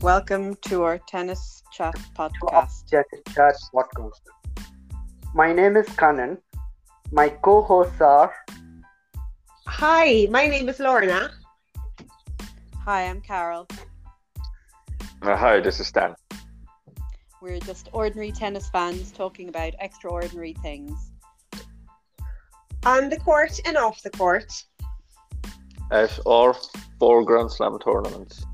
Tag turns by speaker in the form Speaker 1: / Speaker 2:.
Speaker 1: Welcome to our Tennis Chat podcast.
Speaker 2: Chat Chat podcast. My name is Kanan. My co-hosts are
Speaker 3: Hi, my name is Lorna.
Speaker 1: Hi, I'm Carol.
Speaker 4: Uh, hi, this is Stan.
Speaker 1: We're just ordinary tennis fans talking about extraordinary things.
Speaker 3: On the court and off the court.
Speaker 4: As all four Grand Slam tournaments.